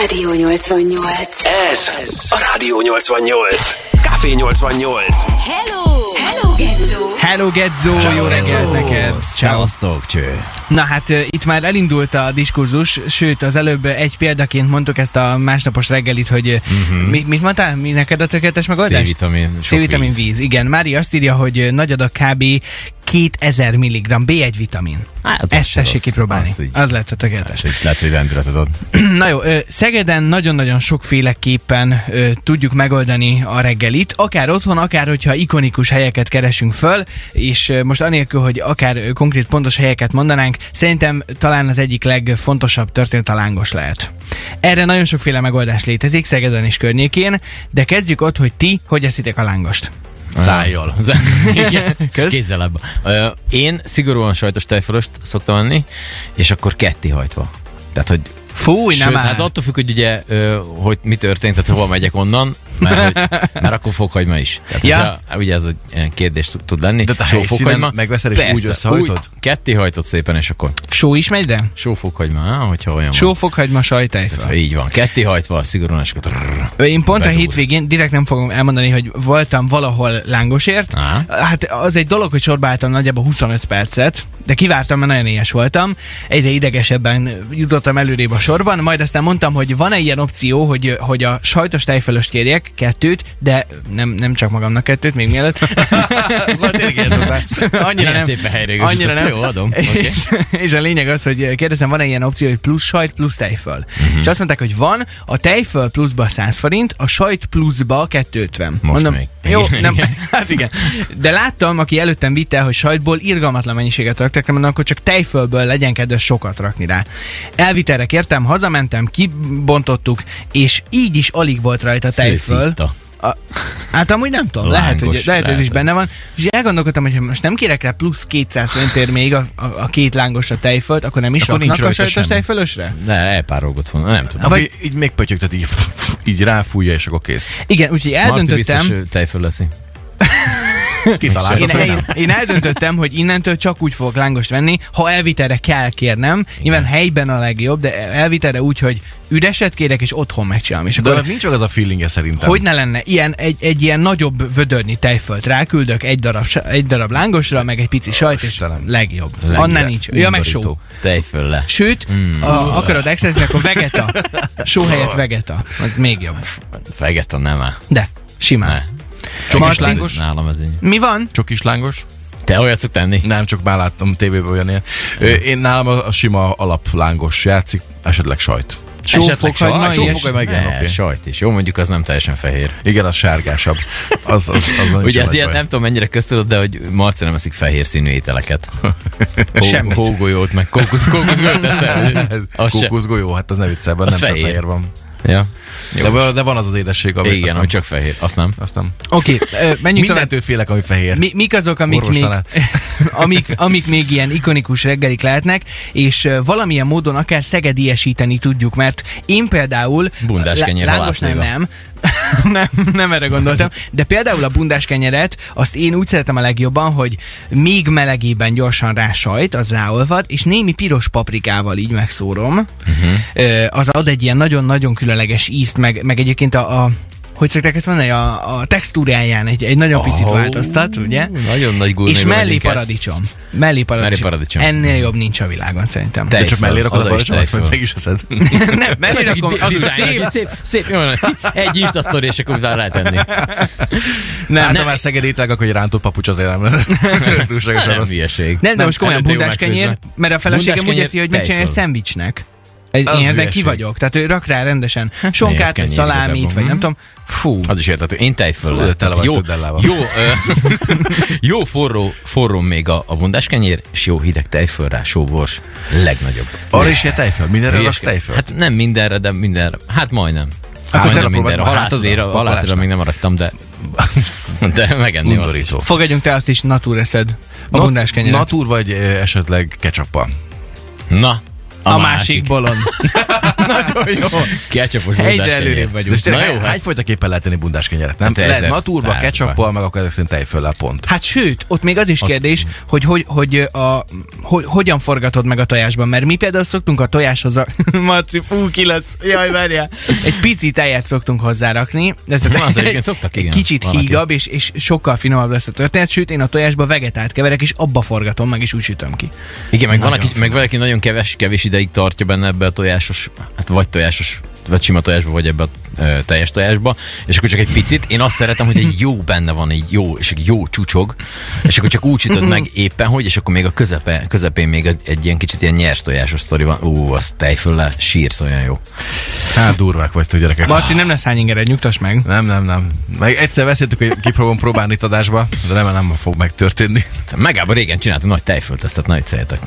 Rádió 88. Ez a Rádió 88. Café 88. Hello, Genzó! Hello Gedzó, jó reggelt neked! Szevasztok, cső! Na hát ö, itt már elindult a diskurzus, sőt az előbb egy példaként mondtuk ezt a másnapos reggelit, hogy uh-huh. mit, mit mondtál? Mi neked a tökéletes megoldás? C-vitamin, Mhm. sok C-vitamin víz. víz. víz. Igen, Mári azt írja, hogy ö, nagy adag kb. 2000 mg B1 vitamin. Hát, az Ezt se tessék rossz. kipróbálni. Az így. Hát, Az lett a tökéletes. És egy lehet, hogy rendület adod. Na jó, ö, Szegeden nagyon-nagyon sokféleképpen ö, tudjuk megoldani a reggelit, akár otthon, akár hogyha ikonikus helyeket keresünk föl, és ö, most anélkül, hogy akár ö, konkrét pontos helyeket mondanánk, szerintem talán az egyik legfontosabb történet a lángos lehet. Erre nagyon sokféle megoldás létezik Szegeden és környékén, de kezdjük ott, hogy ti hogy eszitek a lángost. Szájjal. Igen. Kösz. Kézzel lábbal. Ö, Én szigorúan sajtos tejfölöst szoktam enni, és akkor ketté hajtva. Tehát, hogy Fúj, Sőt, nem áll. hát attól függ, hogy ugye, ö, hogy mi történt, tehát hova megyek onnan, mert, hogy, mert akkor fokhagyma is. Tehát, Ja. ja. hogyha, ugye ez egy ilyen kérdés tud, tud lenni. De te Só helyszínen fokhagyma. megveszed, és úgy összehajtod? Úgy, ketté hajtod szépen, és akkor Só is megy, de? sófokhagyma, á, hogyha olyan van. Sófokhagyma sajtejföl. Így van, ketté hajtva, szigorúan, és akkor... Én pont Bedúr. a hétvégén direkt nem fogom elmondani, hogy voltam valahol lángosért. Aha. Hát az egy dolog, hogy sorbáltam nagyjából 25 percet, de kivártam, mert nagyon éhes voltam. Egyre idegesebben jutottam előrébb a sorban, majd aztán mondtam, hogy van-e ilyen opció, hogy, hogy a sajtos tejfölöst kérjek, kettőt, de nem, nem csak magamnak kettőt, még mielőtt. annyira Milyen nem. szépen helyre annyira nem. Jó, adom. Okay. És, és a lényeg az, hogy kérdezem, van-e ilyen opció, hogy plusz sajt, plusz tejföl? Mhm. Uh-huh. És azt mondták, hogy van, a tejföl pluszba 100 forint, a sajt pluszba 250. Most még. Jó, Igen, nem, igen. hát igen. De láttam, aki előttem vitte, hogy sajtból irgalmatlan mennyiséget raktak, mondom, akkor csak tejfölből legyen kedves sokat rakni rá. Elvitelre kértem, hazamentem, kibontottuk, és így is alig volt rajta tejföl. Főszitta. A, hát amúgy nem tudom, lehet, Lángos, hogy, lehet, hogy ez is lehet. benne van. És elgondolkodtam, hogy ha most nem kérek rá plusz 200 forintér még a, a, a két lángosra tejfölt, akkor nem is Akkor akkor nincs raknak a sajtos rajta semmi. tejfölösre? De elpárolgott volna, nem tudom. Vagy így megpötyög, tehát így, így ráfújja, és akkor kész. Igen, úgyhogy Marci biztos eldöntöttem, ő tejföl leszi. én, Kitaláltad, hogy én, nem? én eldöntöttem, hogy innentől csak úgy fogok lángost venni, ha elvitelre kell kérnem. Nyilván helyben a legjobb, de elvitelre úgy, hogy üreset kérek, és otthon megcsinálom. És De akkor annak nincs meg az a feelingje szerintem. hogy ne lenne ilyen, egy, egy ilyen nagyobb vödörnyi tejfölt ráküldök, egy darab, sa- egy darab lángosra, meg egy pici sajt, és Istenem. legjobb. Annál nincs. Ja, meg só. Undorító. Tejföl le. Sőt, mm. a, akarod exerzni, akkor vegeta. Só helyett vegeta. Az még jobb. Vegeta nem áll. De, simán. Ne. Ne. Csak Marci- is lángos? Nálam ez így. Mi van? Csak is lángos? Te olyat szok tenni? Nem, csak már láttam tévében olyan ilyen. Ö, Én nálam a, a sima alaplángos játszik, esetleg sajt. Sófokhagyma, sajt? ilyes- Sófokhagyma, igen, Ne, oké. Sajt is. Jó, mondjuk az nem teljesen fehér. Igen, az sárgásabb. Az, az, az nincs Ugye nagy ez ilyen, baj. nem tudom mennyire köztudod, de hogy Marci nem eszik fehér színű ételeket. Hó- Semmit. Hógolyót, meg kókusz, kókuszgolyót eszel. Ez Az se. Kókuszgolyó, hát az ne viccel, Az nem csak fehér. fehér van. Ja. De, de van az az édesség, ami Igen, azt ami nem. csak fehér. Azt nem. Azt nem. Oké, ö, menjünk tovább. Mindentől félek, ami fehér. Mi, mik azok, amik még, Orvostanál. amik, amik még ilyen ikonikus reggelik lehetnek, és ö, valamilyen módon akár szegediesíteni tudjuk, mert én például... Bundás lá- kenyér lángos nem, halászléva. nem, nem, nem erre gondoltam, de például a bundás kenyeret, azt én úgy szeretem a legjobban, hogy még melegében gyorsan rá sajt, az ráolvad, és némi piros paprikával így megszórom. Mhm. Uh-huh. Az ad egy ilyen nagyon-nagyon különleges ízt, meg, meg egyébként a, a hogy szokták ezt mondani, a, a textúráján egy, egy nagyon picit Oh. változtat, ugye? Nagyon nagy gurméba És mellé vagyunk el. paradicsom. Mellé paradicsom. Mellé paradicsom. Ennél jobb nincs a világon szerintem. Te- De csak Tejföl. mellé rakod Az a is paradicsomat, tejföl. vagy meg is eszed. nem, mellé Csak rakom, így az di- a dizájnnak, szép. így szép, szép, jó lesz ki. Egy Insta story, és akkor utána rátenni. Nem, hát nem. ha már Szeged ételek, akkor egy rántott papucs azért nem lenne. Túlságosan Nem rossz. hülyeség. Nem, de most komolyan előtte jó bundás kenyér, megfőzve. mert a feleségem úgy Bundás eszi, hogy kenyér, megcsinálja tejföl. szenvicsnek. Ez, Az én ezen hülyeség. ki vagyok. Tehát ő rak rá rendesen sonkát, vagy kenyér szalámit, igazából. vagy nem Mhm. tudom. Fú. Az is érthető. Én tejföl. Fú, lehet. de tele vagy jó, tudellával. jó, ö, jó forró, forró még a, a bundás kenyér, és jó hideg tejföl rá, sóbors. Legnagyobb. Arra is ilyen tejföl, mindenre Hülyes- raksz tejföl. Hát nem mindenre, de mindenre. Hát majdnem. Akkor Majdnem te mindenre. A próbáld, Hát, halászlére, a haláltad? halászlére még nem maradtam, de... De megenném azt is. Undorító. Fogadjunk te azt is, natúr eszed a bundás kenyeret. Natur vagy ö, esetleg ketchuppal. Na, A, a másik. másik bolond. Nagyon jó. Ketchupos Egyre bundás előrébb De vagyunk. most tényleg Na jó, hány- hát. hányfajtaképpen lehet tenni bundás kenyeret, nem? Hát Hát lehet ezer naturba, százba. ketchuppal, meg akkor ezek szerint tejföllel pont. Hát sőt, ott még az is kérdés, hogy, hogy, hogy, a, hogy hogyan forgatod meg a tojásban, mert mi például szoktunk a tojáshoz a... Marci, fú, ki lesz, jaj, várjál. Egy pici tejet szoktunk hozzárakni. Ez Na, az egyébként szoktak, igen, Kicsit valaki. hígabb, és, és sokkal finomabb lesz a történet, sőt, én a tojásba vegetált keverek, és abba forgatom meg, és úgy sütöm ki. Igen, meg, van, Nagyon aki, meg valaki nagyon kevés, kevés ideig tartja benne ebbe a tojásos, hát vagy tojásos, vagy sima tojásba, vagy ebbe a ö, teljes tojásba, és akkor csak egy picit. Én azt szeretem, hogy egy jó benne van, egy jó, és egy jó csúcsog, és akkor csak úgy sütöd meg éppen, hogy, és akkor még a közepe, közepén még egy, egy ilyen kicsit ilyen nyers tojásos sztori van. Ú, az tejfölle sírsz, olyan jó. Hát durvák vagytok gyerekek. Marci, nem lesz hányingered, nyugtass meg. Nem, nem, nem. Meg egyszer beszéltük, hogy kipróbálom próbálni itt adásba, de remélem nem fog megtörténni. Hát Megában régen csináltunk nagy tejföltesztet, nagy céljátok.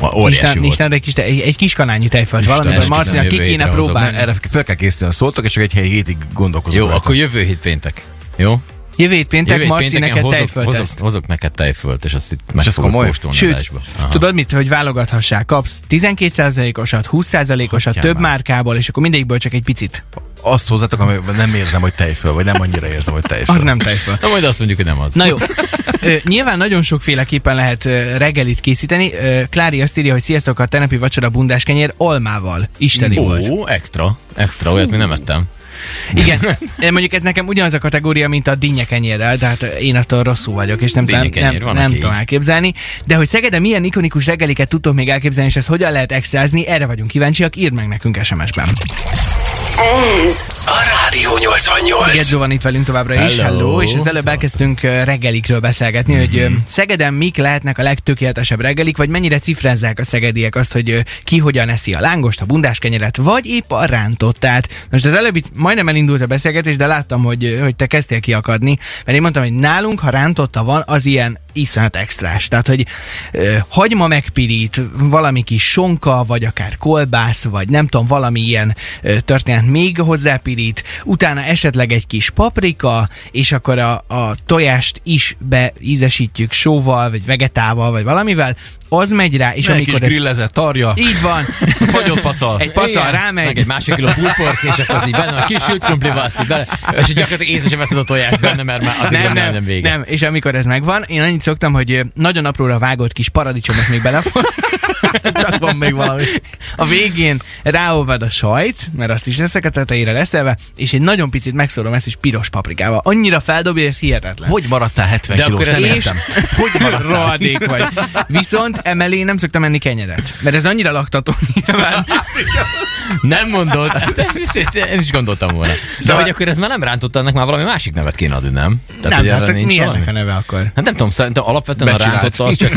Nincs, Óriási nincs volt. nálad egy kis, te- egy, egy kis kanányi tejfölt valamikor. esküszöm, Marcinak ki jövő kéne hétre hozok. Bár próbálni. erre fel kell készülni, szóltok, és csak egy helyi hétig gondolkozom. Jó, rajta. akkor jövő hét péntek. Jó? Jövő hét péntek, Jövő hét Marci pénteken neked hozok, tejfölt hozok, lesz. hozok neked tejfölt, és azt itt meg ez fogod komoly? kóstolni Sőt, adásba. Aha. tudod mit, hogy válogathassák, kapsz 12%-osat, 20%-osat, Atyám több már. márkából, és akkor mindegyikből csak egy picit. Azt hozzátok, amiben nem érzem, hogy tejföl, vagy nem annyira érzem, hogy tejföl. Az nem tejföl. Na majd azt mondjuk, hogy nem az. Na jó. Ö, nyilván nagyon sokféleképpen lehet ö, reggelit készíteni. Ö, Klári azt írja, hogy sziasztok a tenepi vacsora bundás kenyér almával. Isteni Ó, volt. extra, extra, olyat még nem ettem. Igen. Ö, Mondjuk ez nekem ugyanaz a kategória, mint a dinnye kenyérrel, tehát ö, én attól rosszul vagyok, és nem, nem, Dinnye kenyér, nem, van, nem aki tudom így. elképzelni. De hogy Szegeden milyen ikonikus reggeliket tudtok még elképzelni, és ezt hogyan lehet extrázni, erre vagyunk kíváncsiak, írd meg nekünk SMS-ben. Ez A Rádió 88. Gedzsó van itt velünk továbbra is, hello, Hello. és az előbb Szevasztok. elkezdtünk ö, reggelikről beszélgetni, hogy ö, Szegeden mik lehetnek a legtökéletesebb reggelik, vagy mennyire cifrezzák a szegediek azt, hogy ö, ki hogyan eszi a lángost, a bundás kenyeret, vagy épp a rántottát. Most az előbb itt majdnem elindult a beszélgetés, de láttam, hogy, ö, hogy te kezdtél kiakadni, mert én mondtam, hogy nálunk, ha rántotta van, az ilyen iszonyat extrás. Tehát, hogy ö, hagyma megpirít, valami kis sonka, vagy akár kolbász, vagy nem tudom, valami ilyen ö, történet még hozzápirít, utána esetleg egy kis paprika, és akkor a, a tojást is beízesítjük sóval, vagy vegetával, vagy valamivel, az megy rá, és És egy kis amikor ez... grillezett tarja, Így van. fagyott pacal. Egy pacal rámegy. Meg egy másik kiló pulpork, és akkor az így benne a kis sült komplivászi bele, és így gyakorlatilag észre sem veszed a tojást benne, mert már addig nem, nem, nem, vége. nem, és amikor ez megvan, én annyit szoktam, hogy ö, nagyon apróra vágott kis paradicsomot még belefog. Csak van még valami. A végén ráolvad a sajt, mert azt is leszek a tetejére leszelve, és egy nagyon picit megszórom ezt is piros paprikával. Annyira feldobja, ez hihetetlen. Hogy maradtál 70 De kilós? akkor Nem ez- értem. Hogy rohadék vagy. Viszont emellé nem szoktam enni kenyeret, mert ez annyira laktató nyilván. nem mondod, ezt nem is, ezt nem is gondoltam volna. De hogy akkor ez már nem rántotta, ennek már valami másik nevet kéne adni, nem? Szóval- nem, hogy erre hát akkor mi valami? ennek a neve akkor? Hát nem tudom, szerintem alapvetően a Becsinált. rántott az csak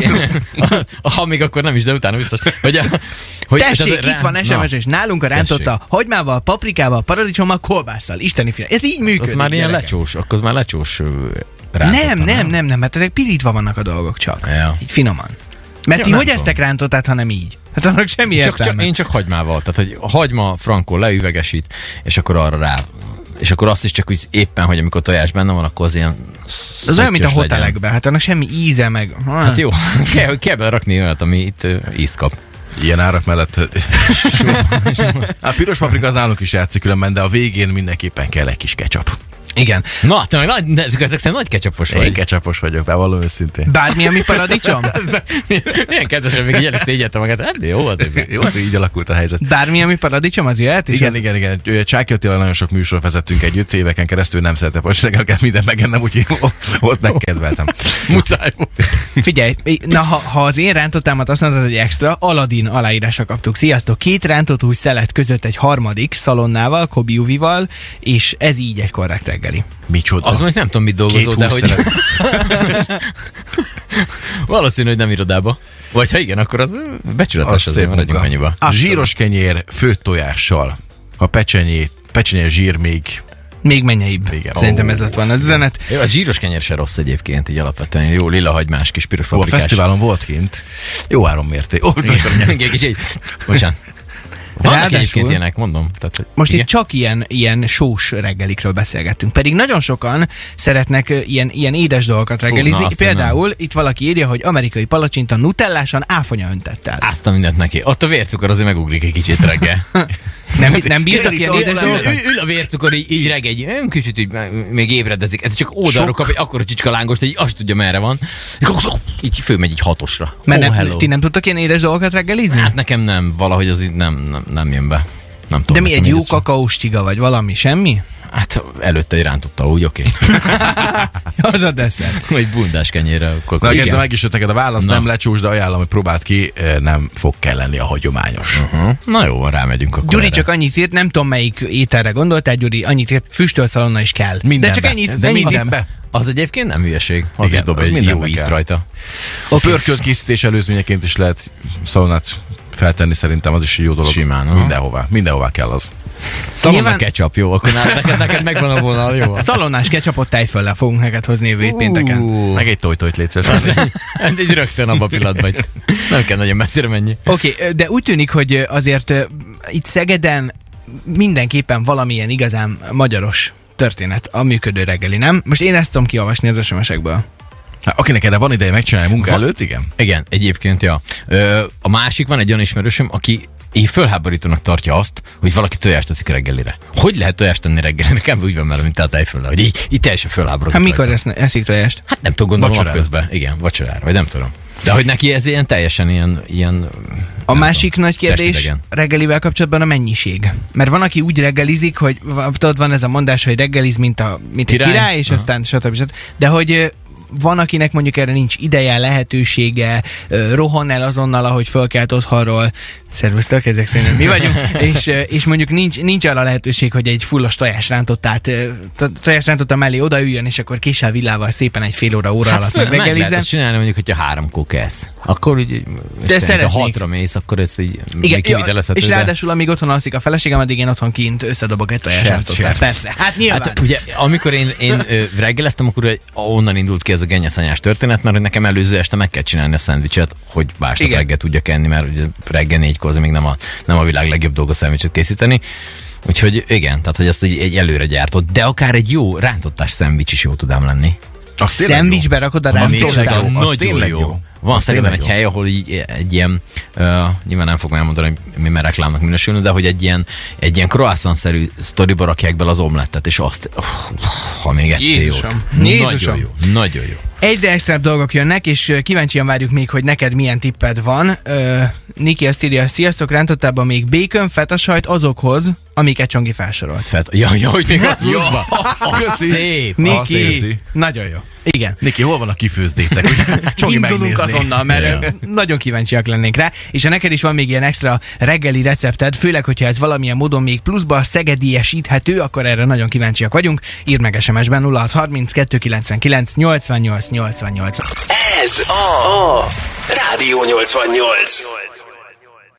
ha még akkor nem is, de utána biztos. Hogy, hogy Tessék, tehát a itt van rán- SMS, na, és nálunk a rántotta hagymával, paprikával, paradicsommal, kolbásszal. Isteni fiam, ez így működik. Az már ilyen gyerekek. lecsós, akkor az már lecsós ö, rántotta, Nem, nem, nem, nem, hát ezek pirítva vannak a dolgok csak. Ja. Így finoman. Mert Ja, ti nem hogy tudom. eztek rántottát, ha nem így? Hát annak semmi Csak, értelme. csak, én csak hagymával, tehát hogy a hagyma frankó leüvegesít, és akkor arra rá és akkor azt is csak úgy éppen, hogy amikor tojás benne van, akkor az ilyen Az olyan, mint a szöttyös legyen. hotelekben, hát annak semmi íze meg. Hát jó, kell, kell berakni olyat, ami itt ö, íz kap. Ilyen árak mellett. A piros paprika az nálunk is játszik különben, de a végén mindenképpen kell egy kis ketchup. Igen. Na, te meg nagy, de ezek szerint nagy kecsapos Én vagy. ketchupos vagyok, bevallom őszintén. Bármi, ami paradicsom? Ez de- Milyen kedvesen, még így el is szégyelte magát. Hát jó, azért. Jó, hát így alakult a helyzet. Bármi, ami paradicsom, az jöhet? És Igen, az... igen, igen. Ö, Csáki Attila nagyon sok műsor vezettünk együtt, éveken keresztül nem szerette valószínűleg akár minden megennem, úgyhogy ott- ott megkedveltem. Muszáj volt. Figyelj, na ha, ha az én rántottámat azt mondod, hogy extra, Aladin aláírásra kaptuk. Sziasztok! Két rántott hús szelet között egy harmadik, szalonnával, kobiuvival, és ez így egy korrekt reggeli. Micsoda. Az mondjuk nem tudom, mit dolgozó, Két de hogy... húszszerep. Valószínű, hogy nem irodába. Vagy ha igen, akkor az becsületes Az azért, szép maradjunk munka. annyiba. Abszolút. Zsíros kenyér főtt tojással. A pecsenyé, pecsenye zsír még. Még mennyeibb. Igen. Szerintem ez lett volna az üzenet. Jó, az zsíros kenyér se rossz egyébként, így alapvetően. Jó, lila hagymás, kis piros Ó, a paprikás. fesztiválon volt kint. Jó áron mérték. Ó, Igen, igen, így- Bocsánat. Vannak Ráadásul- egyébként ilyenek, mondom. Tehát, hogy Most igen. itt csak ilyen, ilyen sós reggelikről beszélgettünk. Pedig nagyon sokan szeretnek ö, ilyen, ilyen édes dolgokat reggelizni. na, azt én Például itt valaki írja, hogy amerikai palacsinta nutellásan áfonya öntettel. Áztam mindent neki. Ott a vércukor azért megugrik egy kicsit reggel. Nem, nem bírtak Ül, ilyen ül, édes dolgokat? ül, ül a vércukor így, így reggel, így, ön kicsit így, m- még ébredezik. Ez csak oldalról Sok. kap egy akkora csicska lángost, hogy azt tudja merre van. Így fölmegy egy hatosra. Mert oh, nem, hello. ti nem tudtok ilyen édes dolgokat reggelizni? Hát nekem nem, valahogy az így nem, nem, nem jön be. Nem tudom, De mi nekem egy így jó ez- kakaós csiga vagy valami, semmi? Hát előtte egy rántotta, úgy oké. Hát. Az a desszert. Vagy bundás kenyérre. Na, Akkor Gence, meg is jött neked a válasz, Na. nem lecsúsz, de ajánlom, hogy próbáld ki, eh, nem fog kelleni a hagyományos. Mhm. Na jó, van, rámegyünk akkor. Gyuri erre. csak annyit írt, nem tudom melyik ételre gondoltál, Gyuri, annyit írt, füstölt szalonna is kell. Mindenbe. De csak ennyit. De ennyit írt. mindenbe. Az egyébként nem hülyeség. Az Igen, is dob az egy mindenbe jó ízt kell. rajta. A pörkölt készítés előzményeként is lehet szalonát feltenni, szerintem az is egy jó dolog. Simán, aha. Mindenhová. Mindenhová kell az. Szalonna Nyilván- Nyilván... ketchup, jó, akkor nálad, neked, neked megvan a vonal, jó? Szalonnás ketchupot tejföllel fogunk neked hozni jövő hét pénteken. Ú, Meg egy tojtojt létszes. Így rögtön abban a pillanatban. hogy Nem kell nagyon messzire menni. Oké, okay, de úgy tűnik, hogy ö, azért ö, itt Szegeden mindenképpen valamilyen igazán magyaros történet a működő reggeli, nem? Most én ezt tudom kiolvasni az SMS-ekből. Akinek erre van ideje megcsinálni munka Van. előtt, igen? Igen, egyébként, ja. Ö, a másik van egy olyan ismerősöm, aki így fölháborítónak tartja azt, hogy valaki tojást teszik reggelire. Hogy lehet tojást tenni reggelire? Nekem úgy van vele, mint a tejfölle, hogy így, így teljesen fölháborodok. Hát mikor rajta. ezt, eszik tojást? Hát nem tudom, gondolom Vacsorára. napközben. Igen, vacsorára, vagy nem tudom. De hogy neki ez ilyen teljesen ilyen... ilyen A másik nagy kérdés testidegen. reggelivel kapcsolatban a mennyiség. Mert van, aki úgy reggelizik, hogy va- tudod, van ez a mondás, hogy reggeliz, mint a mint király, a Király. király és Aha. aztán stb. stb. De hogy ö, van, akinek mondjuk erre nincs ideje, lehetősége, ö, rohan el azonnal, ahogy fölkelt otthonról. Szervusztok, ezek szerint mi vagyunk. és, ö, és mondjuk nincs, nincs arra lehetőség, hogy egy fullos tojásrántottát, ö, to- tojásrántotta mellé odaüljön, és akkor késsel villával szépen egy fél óra, óra Hát alatt föl, meg lehet megreggelizzen. ezt csinálni, mondjuk, hogyha háromkor kezd. Akkor így, De de ha szeretnék. hatra mész, akkor ezt így Igen, kivitelezhető. és de- ráadásul, amíg otthon alszik a feleségem, addig én otthon kint összedobok egy tojását. serc. Persze, hát nyilván. Hát ugye, amikor én, én ö, reggeleztem, akkor egy- onnan indult ki ez a genyeszanyás történet, mert hogy nekem előző este meg kell csinálni a szendvicset, hogy másnap Igen. reggel tudjak enni, mert ugye reggel négykor azért még nem a, nem a világ legjobb dolga szendvicset készíteni. Úgyhogy igen, tehát hogy ezt egy, egy előre gyártott, de akár egy jó rántottás szendvics is jó tudám lenni. A Szendvicsbe rakod a Az rántottát. tényleg jó. az nagyon tényleg jó. jó. Van Az szerintem egy tényleg jó. hely, ahol így, egy ilyen, uh, nyilván nem fogom elmondani, hogy mi mert reklámnak minősülne, de hogy egy ilyen, egy ilyen croissant-szerű sztoriba rakják bele az omlettet, és azt, oh, ha még ettél jót. Jézusom. Jézusom. Nagyon jó, nagyon jó. Egyre extra dolgok jönnek, és ö, kíváncsian várjuk még, hogy neked milyen tipped van. Ö, Niki azt írja, sziasztok, rántottában még békön, fetasajt azokhoz, amiket Csongi felsorolt. Fet, ja, ja, hogy még azt pluszba. Az köszi. szép. Azt Niki, érzi. nagyon jó. Igen. Niki, hol van a kifőzdétek? Csoki Indulunk megnézni. azonnal, mert Ja. nagyon kíváncsiak lennénk rá. És ha neked is van még ilyen extra reggeli recepted, főleg, hogyha ez valamilyen módon még pluszba szegediesíthető, akkor erre nagyon kíváncsiak vagyunk. Írd meg SMS-ben 0630 299 88 88. Ez a, a Rádió 88.